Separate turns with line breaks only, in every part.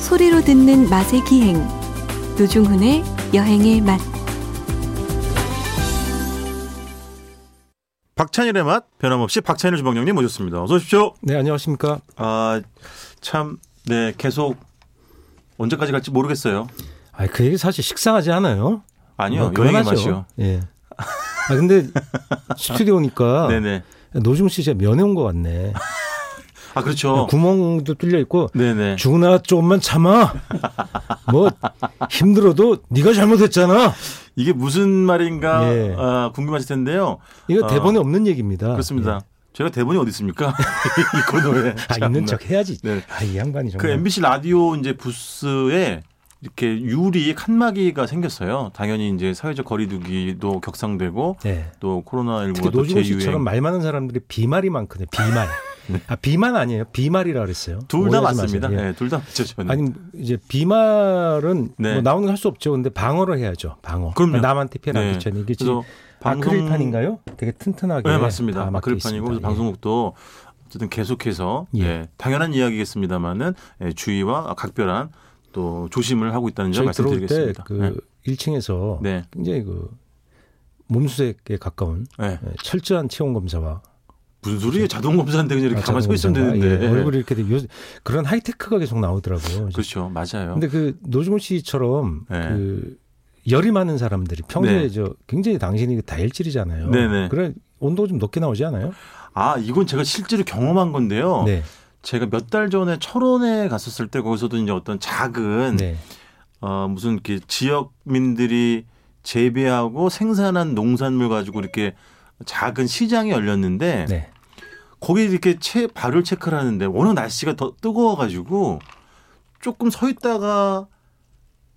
소리로 듣는 맛의 기행 노중훈의 여행의 맛
박찬일의 맛 변함없이 박찬일 주방장님 모셨습니다. 어서 오십시오.
네, 안녕하십니까.
아, 참, 네, 계속 언제까지 갈지 모르겠어요.
아, 그 얘기 사실 식상하지 않아요?
아니요,
뭐,
여행의
그만하죠.
맛이요.
예. 아, 근데 스튜디오니까
네네.
노중 씨 진짜 면회 온 것 같네.
아, 그렇죠.
구멍도 뚫려 있고
네네.
죽으나 조금만 참아. 뭐 힘들어도 네가 잘못했잖아.
이게 무슨 말인가
예.
아, 궁금하실 텐데요.
이거
아,
대본에 없는 얘기입니다.
그렇습니다.
예.
제가 대본이 어디 있습니까? 이코너에
아, 있는 척 해야지.
네.
아, 이 양반이
그
정말.
MBC 라디오 이제 부스에 이렇게 유리 칸막이가 생겼어요. 당연히 이제 사회적 거리두기도 격상되고
네.
또
특히
코로나19가 또
노중 씨처럼
재유행.
말 많은 사람들이 비말이 많거든요. 비말. 아, 비만 아니에요. 비말이라 그랬어요.
네. 둘 다
오해하지
맞습니다.
마세요. 예.
네, 둘다 맞죠, 저는.
아니 이제 비말은
네.
뭐 나오는 거 할 수 없죠. 근데 방어를 해야죠. 방어. 그러니까
그럼요.
남한테 피해 안
네.
미쳐니 이게 지금 아,
그래서 방송-
아크릴판인가요? 되게 튼튼하게.
네,
다
맞습니다.
막혀
마크리판이고 그래서
있습니다.
방송국도 어쨌든 계속해서
예.
예, 당연한 이야기겠습니다만은 예, 주의와 각별한 또 조심을 하고 있다는
예.
점
저희 들어올
말씀드리겠습니다.
때 그 1층에서
네.
굉장히 그 몸수색에 가까운
네. 네.
예, 철저한 체온 검사와
무슨 소리예요? 자동 검사인데 그냥 이렇게
아,
가만히 서 있으면
자동 검사와,
되는데.
예, 얼굴이 이렇게 되게 요, 그런 하이테크가 계속 나오더라고요.
그렇죠. 맞아요.
근데 그 노중훈 씨처럼
네.
그 열이 많은 사람들이 평소에
네.
저 굉장히 당신이 그 다혈질이잖아요.
네네.
그래 온도가 좀 높게 나오지 않아요?
아, 이건 제가 실제로 경험한 건데요.
네.
제가 몇 달 전에 철원에 갔었을 때 거기서도 이제 어떤 작은
네.
어, 무슨 이렇게 지역민들이 재배하고 생산한 농산물 가지고 이렇게 작은 시장이 열렸는데
네.
거기 이렇게 채 발열 체크를 하는데 워낙 날씨가 더 뜨거워가지고 조금 서 있다가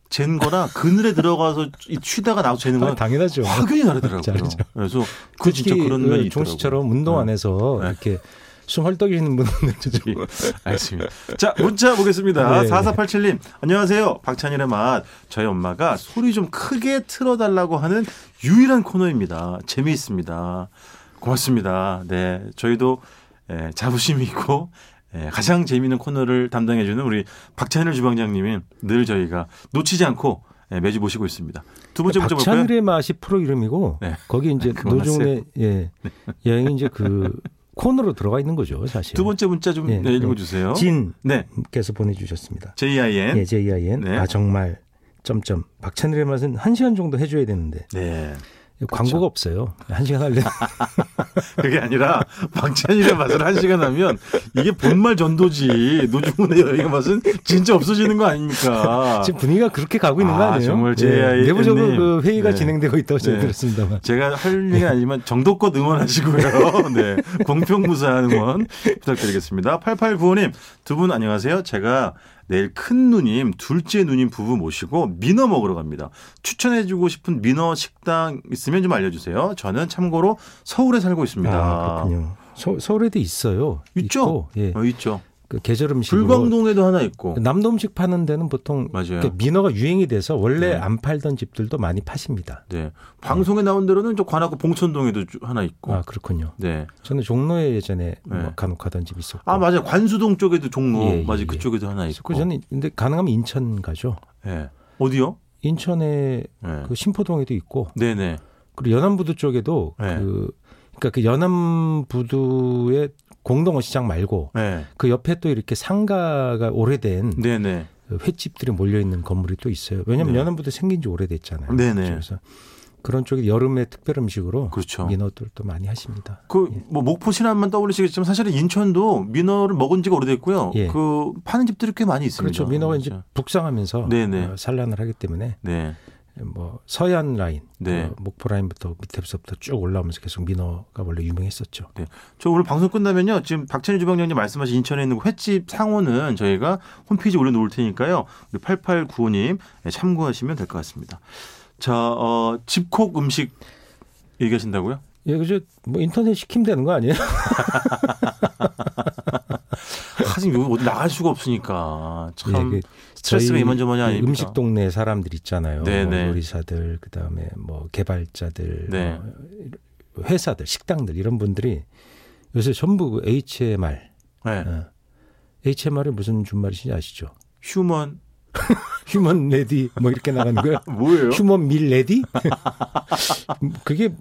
잰 거나 그늘에 들어가서 이 쉬다가 나와서 재는
아,
거랑
당연하죠.
확연히 다르더라고요.
다르죠.
그래서 그 진짜
특히
그런 면이
그
있더라고요.
종씨처럼 운동 안 해서
네.
이렇게 숨 헐떡이시는 분들 좀
예, 알겠습니다. 자, 문자 보겠습니다.
예. 네.
4487님. 안녕하세요. 박찬일의 맛. 저희 엄마가 소리 좀 크게 틀어달라고 하는 유일한 코너입니다. 재미있습니다. 고맙습니다. 네. 저희도 예, 자부심이 있고 예, 가장 재미있는 코너를 담당해주는 우리 박찬일 주방장님이 늘 저희가 놓치지 않고 예, 매주 모시고 있습니다. 두 번째 문자 볼까요?
박찬일의 맛이 프로 이름이고
네.
거기 이제
그만하세요. 네.
노중의 예. 여행이 이제 그 코너로 들어가 있는 거죠, 사실.
두 번째 문자 좀
네.
네, 읽어주세요.
진께서
네.
보내주셨습니다.
JIN.
예, JIN.
네.
아 정말 점점 박찬일의 맛은 한 시간 정도 해줘야 되는데
네.
광고가 없어요. 한 시간 할래.
그게 아니라 박찬일의 맛을 한 시간 하면 이게 본말 전도지 노중훈의 여행의 맛은 진짜 없어지는 거 아닙니까?
지금 분위기가 그렇게 가고 있는 거
아,
아니에요?
정말
예,
JIN 님.
내부적으로 그 회의가
네.
진행되고 있다고 제가
네.
들었습니다만.
제가 할 얘기는 아니지만 정도껏 응원하시고요. 네. 공평무사한 응원 부탁드리겠습니다. 8895님, 두 분 안녕하세요. 제가 내일 큰 누님, 둘째 누님 부부 모시고 민어 먹으러 갑니다. 추천해주고 싶은 민어 식당 있으면 좀 알려주세요. 저는 참고로 서울에 살고 있습니다.
아, 그렇군요. 서, 서울에도 있어요.
있죠?
있고, 예.
어, 있죠.
그 계절 음식으로
불광동에도 하나 있고.
남도 음식 파는 데는 보통
맞아요.
그 민어가 유행이 돼서 원래
네.
안 팔던 집들도 많이 파십니다.
네. 방송에 나온 대로는 저 관악구 봉천동에도 주- 하나 있고.
아 그렇군요.
네.
저는 종로에 예전에
네.
뭐 간혹 가던 집 있었고.
아, 맞아요. 관수동 쪽에도 종로.
예, 예,
맞아요.
예.
그쪽에도 하나 있고.
있었고 저는 근데 가능하면 인천 가죠.
예. 어디요?
인천에
예.
그 신포동에도 있고
네네.
그리고 연안부두 쪽에도
네.
그 그러니까 그 연안부두의 공동어 시장 말고
예.
그 옆에 또 이렇게 상가가 오래된
네네.
그 횟집들이 몰려 있는 건물이 또 있어요.
음.
왜냐하면
네.
연안부도 생긴 지 오래됐잖아요.
네네.
그래서 그런 쪽에 여름에 특별 음식으로
그렇죠.
민어들도 많이 하십니다.
그, 뭐, 목포 신안만 떠올리시겠지만 사실은 인천도 민어를 먹은 지가 오래됐고요.
예.
그, 파는 집들이 꽤 많이 있습니다.
그렇죠. 민어가 이제
진짜.
북상하면서
네네.
어, 산란을 하기 때문에
네.
뭐 서해안 라인,
네.
어, 목포 라인부터 밑에서부터 쭉 올라오면서 계속 민어가 원래 유명했었죠.
네. 저 오늘 방송 끝나면요. 지금 박찬희 주방장님 말씀하신 인천에 있는 그 횟집 상호는 저희가 홈페이지에 올려놓을 테니까요. 우리 8895님 네, 참고하시면 될 것 같습니다. 자, 어, 집콕 음식 얘기하신다고요?
예, 그죠. 뭐 인터넷 시키면 되는 거 아니에요?
하긴 여기 어디 나갈 수가 없으니까. 참.
예, 그
스트레스가
저희
이만저만이
그
아닙니다.
음식 동네 사람들 있잖아요.
네,
뭐
네.
요리사들 그다음에 뭐 개발자들,
네.
뭐 회사들, 식당들 이런 분들이 요새 전부 그 HMR,
네.
HMR이 무슨 준 말인지 아시죠?
휴먼
휴먼 레디 뭐 이렇게 나가는 거예요.
뭐예요?
휴먼 밀 레디? 그게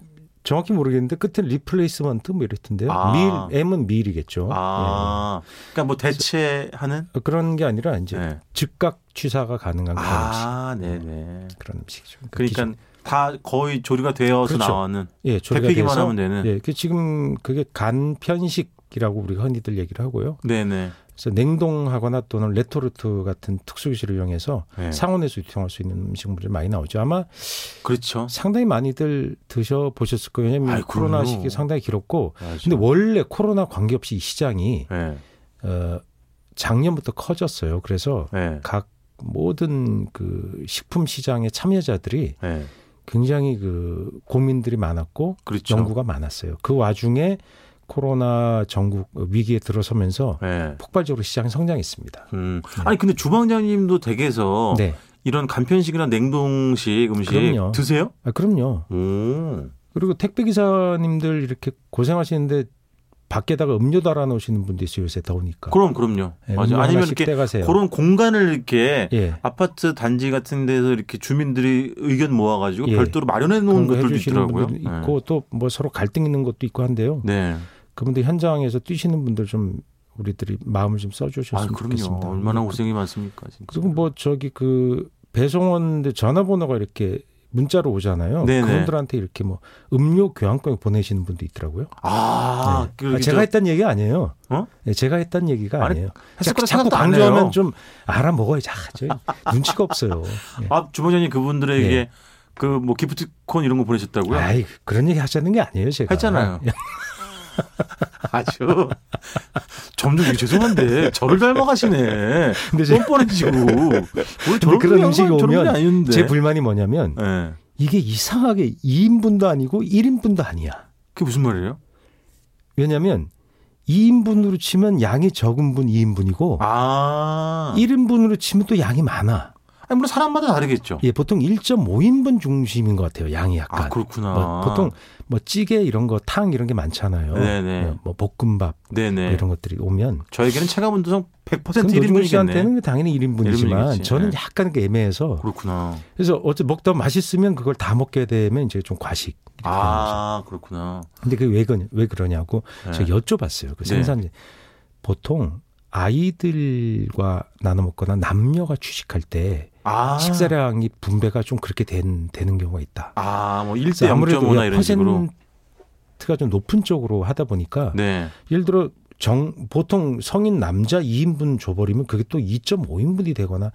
정확히 모르겠는데 끝에 리플레이스먼트 뭐 이랬던데요.
아.
밀 M은 밀이겠죠.
아, 그러니까 뭐 대체하는?
예. 그런 게 아니라 이제
네.
즉각 취사가 가능한 그런 음식
아, 네네.
그런 음식이죠.
그러니까
기존-
다 거의 조리가 되어서
그렇죠.
나오는.
예, 조리가
데피기만
돼서-
하면 되는.
예, 그 지금 그게 간편식이라고 우리가 흔히들 얘기를 하고요.
네네.
그래서 냉동하거나 또는 레토르트 같은 특수기술을 이용해서
네.
상온에서 유통할 수 있는 음식물이 많이 나오죠. 아마
그렇죠.
상당히 많이들 드셔 보셨을 거예요. 왜냐하면
아이, 그럼요.
코로나 시기 상당히 길었고,
맞아요.
근데 원래 코로나 관계없이 이 시장이
네.
어, 작년부터 커졌어요. 그래서
네.
각 모든 그 식품 시장의 참여자들이
네.
굉장히 그 고민들이 많았고
그렇죠.
연구가 많았어요. 그 와중에 코로나 전국 위기에 들어서면서
네.
폭발적으로 시장이 성장했습니다.
음. 아니 근데 주방장님도 댁에서
네,
이런 간편식이나 냉동식 음식
그럼요. 그러니까.
드세요?
아, 그럼요.
오.
그리고 택배 기사님들 이렇게 고생하시는데 밖에다가 음료 달아 놓으시는 분도 있어요 요새 더우니까.
그럼 그럼요.
예,
맞아요.
음료
아니면
하나씩
이렇게
떼가세요.
그런 공간을 이렇게
예.
아파트 단지 같은 데서 이렇게 주민들이 의견 모아가지고
예.
별도로 마련해
그런
놓은
거
것들도
해주시는
있더라고요.
분들 있고 또 뭐 서로 갈등 있는 것도 있고 한데요.
네. 네.
그분들 현장에서 뛰시는 분들 좀 우리들이 마음을 좀
아
써주셨으면
그럼요.
좋겠습니다.
얼마나
그-
고생이 많습니까 진짜.
그리고 뭐 저기 그 배송원들 전화번호가 이렇게 문자로 오잖아요.
네네.
그분들한테 이렇게 뭐 음료 교환권 보내시는 분도 있더라고요.
아,
네.
그
아, 제가 했던 얘기 아니에요.
어?
네, 제가 했던 얘기가
아니,
아니에요.
했을 거라
자꾸
생각도 안 해요.
강조하면 좀 알아 먹어야지. 아, 저 눈치가 없어요. 예.
아 주방장님 그분들에게
네.
그 뭐 기프티콘 이런 거 보내셨다고요?
아이 그런 얘기 하자는 게 아니에요, 제가.
했잖아요. 아주 점점 이게 죄송한데 저를 닮아가시네.
근데 제-
뻔뻔해지고 원래 저런
그런
분이
음식이
항상 저런 분이
오면
아니었는데.
제 불만이 뭐냐면
예.
이게 이상하게 2인분도 아니고 1인분도 아니야.
그게 무슨 말이에요?
왜냐면 2인분으로 치면 양이 적은 분 2인분이고
아,
1인분으로 치면 또 양이 많아.
아니 물론 사람마다 다르겠죠.
예, 보통 1.5인분 중심인 것 같아요. 양이 약간.
아 그렇구나.
뭐 보통 뭐 찌개 이런 거, 탕 이런 게 많잖아요.
네네.
예, 뭐 볶음밥 뭐
네네.
이런 것들이 오면
저에게는 체감 온도상 100%
그럼 노중훈
1인분이겠네.
씨한테는 당연히 1인분이지만
일인분이겠지.
저는
네.
약간 그 애매해서
그렇구나.
그래서 어째 먹다 맛있으면 그걸 다 먹게 되면 이제 좀 과식. 이렇게 되는 거죠.
아 그렇구나.
근데 그게 왜, 그러냐, 왜 그러냐고
예.
제가 여쭤봤어요. 그
네.
생산자 보통 아이들과 나눠 먹거나 남녀가 취식할 때
아
식사량이 분배가 좀 그렇게 된, 되는 경우가 있다.
아뭐 1대
그래서
0.5나 이런 식으로.
퍼센트가 좀 높은 쪽으로 하다 보니까
네.
예를 들어 정 보통 성인 남자 2인분 줘버리면 그게 또 2.5인분이 되거나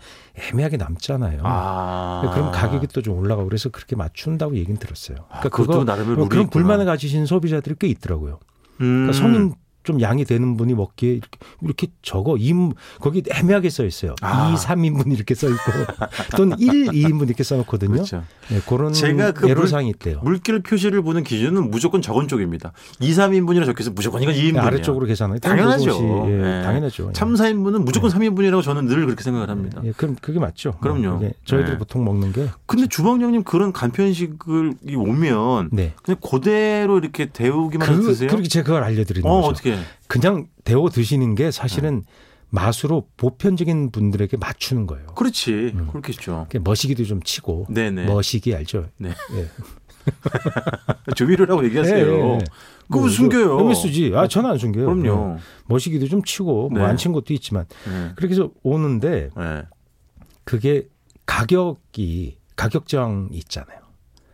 애매하게 남잖아요. 네,
아
그럼 가격이 또 좀 올라가고 그래서 그렇게 맞춘다고 얘기는 들었어요. 그러니까
아,
뭐
그것도 나름의 룰이
그런
있구나.
불만을 가지신 소비자들이 꽤 있더라고요.
음.
그러니까 성인 좀 양이 되는 분이 먹기에 이렇게, 이렇게 적어 임 거기 애매하게 써 있어요.
아.
이 2, 3인분 이렇게 써 있고 또는 1, 2인분 이렇게 써 놓거든요.
그렇죠.
네, 그런
제가 그 물-
애로사항이 있대요.
물길 표시를 보는 기준은 무조건 적은 쪽입니다. 2, 3인분이라 적혀서 무조건 이건 2인분이에요.
네, 아래쪽으로 계산하요
당연하죠.
예,
예.
당연하죠.
참 4인분은
네.
무조건 3인분이라고 저는 늘 그렇게 생각을 합니다.
예, 예, 그럼 그게 맞죠.
그럼요.
예, 저희들이
네.
보통 먹는 게
근데 주방장님 그런 간편식을 이 오면
네.
그냥 그대로 이렇게 데우기만 해도
그,
드세요?
그렇게 제가 그걸 알려드리는
어,
거죠.
어떻게? 네.
그냥 데워 드시는 게 사실은 맛으로 보편적인 분들에게 맞추는 거예요.
그렇지.
음. 뭐,
그렇겠죠.
이렇게 머시기도 좀 치고
네네.
머시기 알죠?
네.
예.
조미료라고 얘기하세요.
예, 예, 예.
그거
뭐,
숨겨요.
그 MSG. 아, 저는 안 숨겨요. 예.
그럼요.
머시기도 좀 치고
네.
뭐 안 친 것도 있지만
예.
그렇게 해서 오는데
예.
그게 가격이 가격 저항이 있잖아요.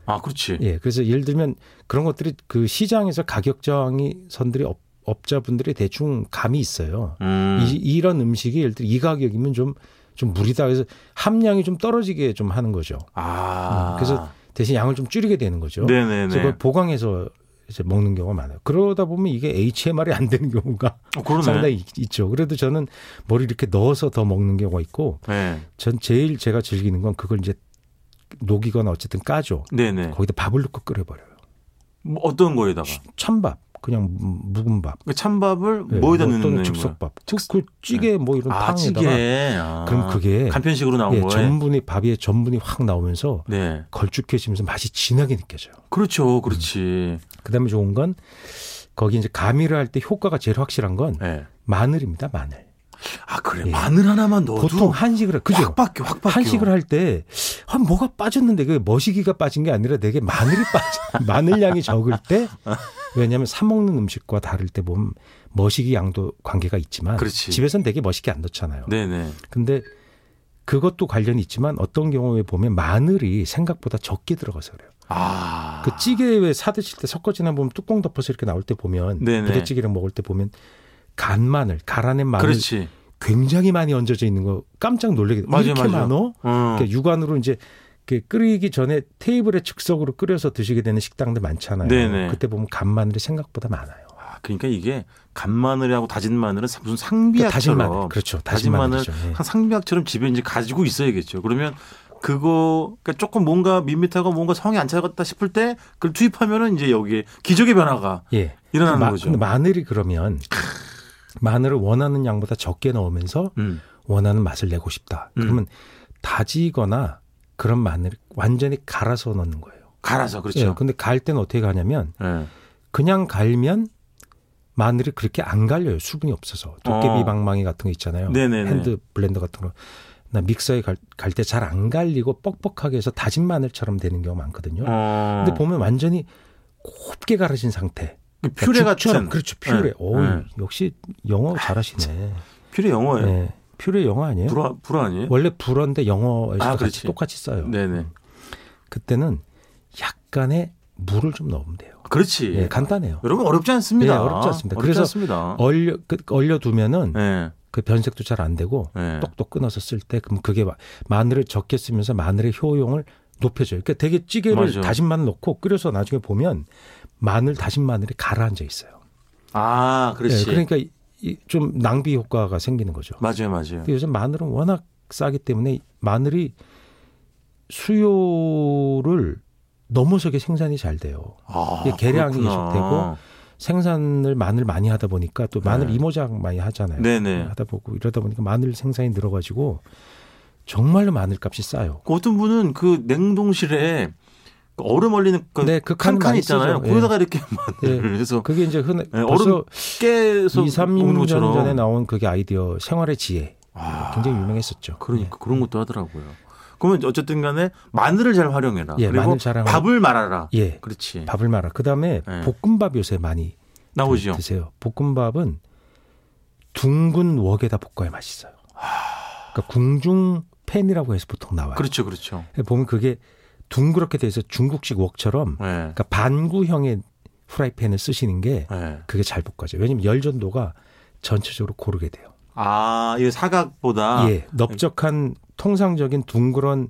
아, 그렇지.
예. 그래서 예를 들면 그런 것들이 그 시장에서 가격 저항이 선들이 업, 업자분들이 대충 감이 있어요.
음.
이, 이런 음식이 예를 들어 이 가격이면 좀, 좀 무리다. 그래서 함량이 좀 떨어지게 좀 하는 거죠.
아.
음, 그래서 대신 양을 좀 줄이게 되는 거죠.
네네네.
그래서 그걸 보강해서 이제 먹는 경우가 많아요. 그러다 보면 이게 HMR이 안 되는 경우가
어, 그러네.
상당히 있- 있죠. 그래도 저는 머리 이렇게 넣어서 더 먹는 경우가 있고,
네.
전 제일 제가 즐기는 건 그걸 이제 녹이거나 어쨌든 까죠.
네네.
거기다 밥을 넣고 끓여버려요.
뭐 어떤 거에다가?
찬밥, 그냥 무- 묵은 밥.
그 찬밥을
예,
뭐에다
뭐
넣는
또는
거예요?
즉석밥. 그, 그 찌개 뭐 이런
아,
탕에다가
찌개. 아.
그럼 그게
간편식으로 나온
예,
거예요.
전분이 밥 위에 전분이 확 나오면서
네.
걸쭉해지면서 맛이 진하게 느껴져요.
그렇죠. 그렇지.
그다음에 좋은 건 거기 이제 가미를 할 때 효과가 제일 확실한 건
네.
마늘입니다. 마늘.
아 그래
음. 예.
마늘 하나만 넣어도
보통 한식을 그죠?
확 바뀌어 확 바뀌어.
한식을 할 때 아 뭐가 빠졌는데 그 머시기가 빠진 게 아니라 되게 마늘이 빠져 마늘 양이 적을 때 왜냐하면 사 먹는 음식과 다를 때 보면 머시기 양도 관계가 있지만
그렇지.
집에서는 되게 머시기 안 넣잖아요.
네네.
근데 그것도 관련이 있지만 어떤 경우에 보면 마늘이 생각보다 적게 들어가서 그래요.
아.
그 찌개에 왜사 드실 때 섞어지나 보면 뚜껑 덮어서 이렇게 나올 때 보면
네네.
부대찌개랑 먹을 때 보면 간 마늘, 갈아낸 마늘
그렇지.
굉장히 많이 얹어져 있는 거 깜짝 놀라게
맞아요,
이렇게
맞아요.
많어?
음.
그러니까 육안으로 이제 그 끓이기 전에 테이블에 즉석으로 끓여서 드시게 되는 식당들 많잖아요.
네네.
그때 보면 간 마늘이 생각보다 많아요.
아, 그러니까 이게 간 마늘하고 다진 마늘은 사- 무슨
그러니까 다진
상비약처럼
마늘, 그렇죠. 다진,
다진 마늘
마늘이죠. 예.
한 상비약처럼 집에 이제 가지고 있어야겠죠. 그러면 그거 그러니까 조금 뭔가 밋밋하고 뭔가 성이 안 차갔다 싶을 때 그걸 투입하면은 이제 여기에 기적의 변화가
예.
일어나는
마-
거죠.
근데 마늘이 그러면 마늘을 원하는 양보다 적게 넣으면서
음.
원하는 맛을 내고 싶다.
음.
그러면 다지거나 그런 마늘 완전히 갈아서 넣는 거예요.
갈아서
예,
그렇죠.
근데 갈 때는 어떻게 가냐면
예.
그냥 갈면 마늘이 그렇게 안 갈려요. 수분이 없어서. 도깨비
어.
방망이 같은 거 있잖아요.
네네네.
핸드 블렌더 같은 거. 나 믹서에 갈 때 잘 안 갈리고 뻑뻑하게 해서 다진 마늘처럼 되는 경우가 많거든요.
어.
근데 보면 완전히 곱게 갈아진 상태.
그 퓨레 같은
그렇죠. 퓨레.
네.
어우,
네.
역시 영어 잘하시네.
퓨레 영어예요.
네. 퓨레 영어 아니에요?
불어 불어 아니에요?
원래 불어인데 영어에서
아,
도 같이
그렇지.
똑같이 써요.
네네.
그때는 약간의 물을 좀 넣으면 돼요.
그렇지.
예, 간단해요.
여러분 어렵지 않습니다.
예, 어렵지 않습니다.
어렵지
그래서
않습니다.
얼려 그, 얼려두면은
예.
그 변색도 잘 안 되고
예.
똑똑 끊어서 쓸 때 그럼 그게 마- 마늘을 적게 쓰면서 마늘의 효용을 높여줘요. 그러니까 되게 찌개를
맞아요.
다진 마늘 넣고 끓여서 나중에 보면 마늘 다진 마늘이 가라앉아 있어요.
아, 그렇지.
예, 그러니까 이- 이좀 낭비 효과가 생기는 거죠.
맞아요, 맞아요.
근데 요즘 마늘은 워낙 싸기 때문에 마늘이 수요를 넘어서게 생산이 잘 돼요.
아,
이게 예, 계량이
그렇구나.
생산을 마늘 많이 하다 보니까 또 마늘
네.
이모작 많이 하잖아요.
네네.
하다 보고 이러다 보니까 마늘 생산이 늘어가지고 정말로 마늘 값이 싸요.
그 어떤 분은 그 냉동실에 그 얼음 얼리는 그
네, 그 칸은
칸칸
많이
있잖아요.
쓰죠.
거기다가 이렇게 마늘을 해서
그게 이제 흔해
네,
벌써
깨서
2, 3,
먹는
6년
것처럼.
전에 나온 그게 아이디어 생활의 지혜
아,
굉장히 유명했었죠.
그러니까 그런 것도 하더라고요. 그러면 어쨌든 간에 마늘을 잘 활용해라.
예,
그리고
마늘 잘 활용-
밥을 말아라.
예, 예,
그렇지.
밥을 말아. 그 다음에
네.
볶음밥 요새 많이
나오죠.
드세요. 볶음밥은 둥근 웍에다 볶아야 맛있어요. 그러니까 궁중 팬이라고 해서 보통 나와요. 예,
그렇죠, 그렇죠.
보면 그게 둥그렇게 돼서 중국식 웍처럼
예.
그러니까 반구형의 프라이팬을 쓰시는 게
예.
그게 잘 볶아져요. 왜냐면 열 전도가 전체적으로 고르게 돼요.
아, 이 사각보다
예, 넓적한 통상적인 둥그런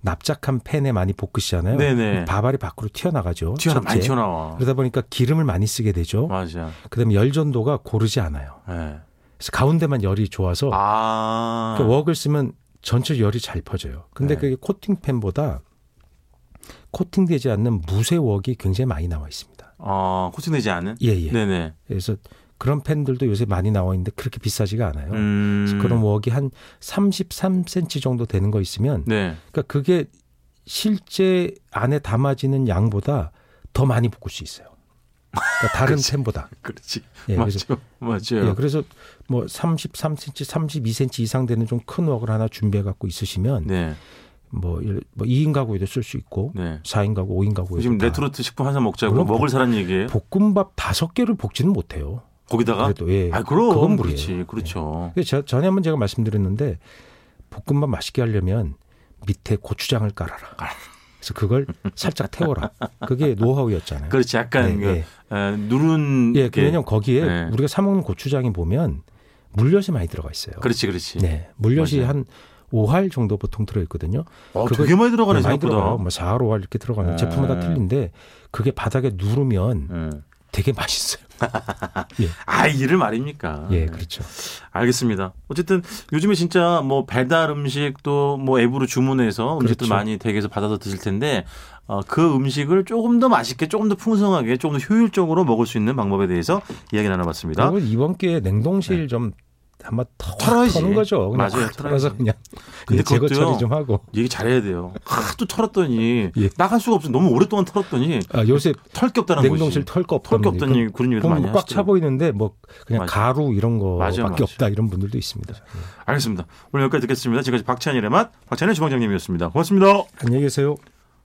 납작한 팬에 많이 볶으시잖아요.
네네.
밥알이 밖으로 튀어나가죠.
튀어나 많이
첫째.
튀어나와.
그러다 보니까 기름을 많이 쓰게 되죠.
맞아.
그다음에 열 전도가 고르지 않아요.
예.
그래서 가운데만 열이 좋아서
아.
어. 그 웍을 쓰면 전체 열이 잘 퍼져요. 근데
네.
그게 코팅팬보다 코팅되지 않는 무쇠 웍이 굉장히 많이 나와 있습니다.
어, 코팅되지 않은?
예, 예.
네네.
그래서 그런 팬들도 요새 많이 나와 있는데 그렇게 비싸지가 않아요.
음.
어. 그래서 그런 웍이 한 33cm 정도 되는 거 있으면
네.
그러니까 그게 실제 안에 담아지는 양보다 더 많이 볶을 수 있어요. 그러니까 다른 팬보다.
그렇지.
예,
맞아요.
그래서-
맞아요.
예, 그래서 뭐 33cm, 32cm 이상 되는 좀 큰 웍을 하나 준비해 갖고 있으시면
네.
뭐, 예를- 뭐 2인 가구에도 쓸 수 있고
네.
4인 가구, 5인 가구에도
지금
다.
레토르트 식품 한잔 먹자고
물론
먹을 사람 얘기예요.
볶음밥 다섯 개를 볶지는 못해요.
거기다가
그래도 예.
아, 그럼
그건 무리예요.
그렇지. 그렇죠.
근데 저- 전에 한번 제가 말씀드렸는데 볶음밥 맛있게 하려면 밑에 고추장을 깔아라. 그래서 그걸 살짝 태워라. 그게 노하우였잖아요.
그렇지. 약간
네,
그,
예.
에, 누른
예, 그
게-
왜냐면 거기에
네.
우리가 사 먹는 고추장에 보면 물엿이 많이 들어가 있어요.
그렇지, 그렇지.
네, 물엿이
맞아요.
한 5할 정도 보통 들어 있거든요.
어,
그걸-
되게 많이 들어가네
많이 들어가요.
생각보다.
뭐 4, 5할 이렇게 들어가는
음.
제품마다 틀린데 그게 바닥에 누르면
예.
되게 맛있어요.
아, 네. 이를 말입니까?
예, 그렇죠.
알겠습니다. 어쨌든 요즘에 진짜 뭐 배달 음식도 뭐 앱으로 주문해서 음식들
그렇죠.
많이 댁에서 받아서 드실 텐데 어, 그 음식을 조금 더 맛있게, 조금 더 풍성하게,
아.
조금 더 효율적으로 먹을 수 있는 방법에 대해서 이야기 나눠봤습니다. 네.
그리고 이번 기회에 냉동실 좀 아마 턱
털어야지.
터는 거죠. 그냥
맞아요,
확 털어서
털어야지.
그냥
근데
예, 제거
그것도요.
처리 좀 하고.
얘기 잘해야 돼요. 하도 털었더니
예.
나갈 수가 없어. 너무 오랫동안 털었더니
아, 요새
털 게 없다는
냉동실
거지.
털 거
털 게
없다니까.
없다는 얘기, 그런 얘기를 많이
보면 꽉 차
하시더라고요.
보이는데 뭐 그냥
맞아요.
가루 이런 거밖에
맞아요, 맞아요.
없다 이런 분들도 있습니다. 예.
알겠습니다. 오늘 여기까지 듣겠습니다. 지금까지 박찬일의 맛 박찬일 주방장님이었습니다. 고맙습니다.
안녕히 계세요.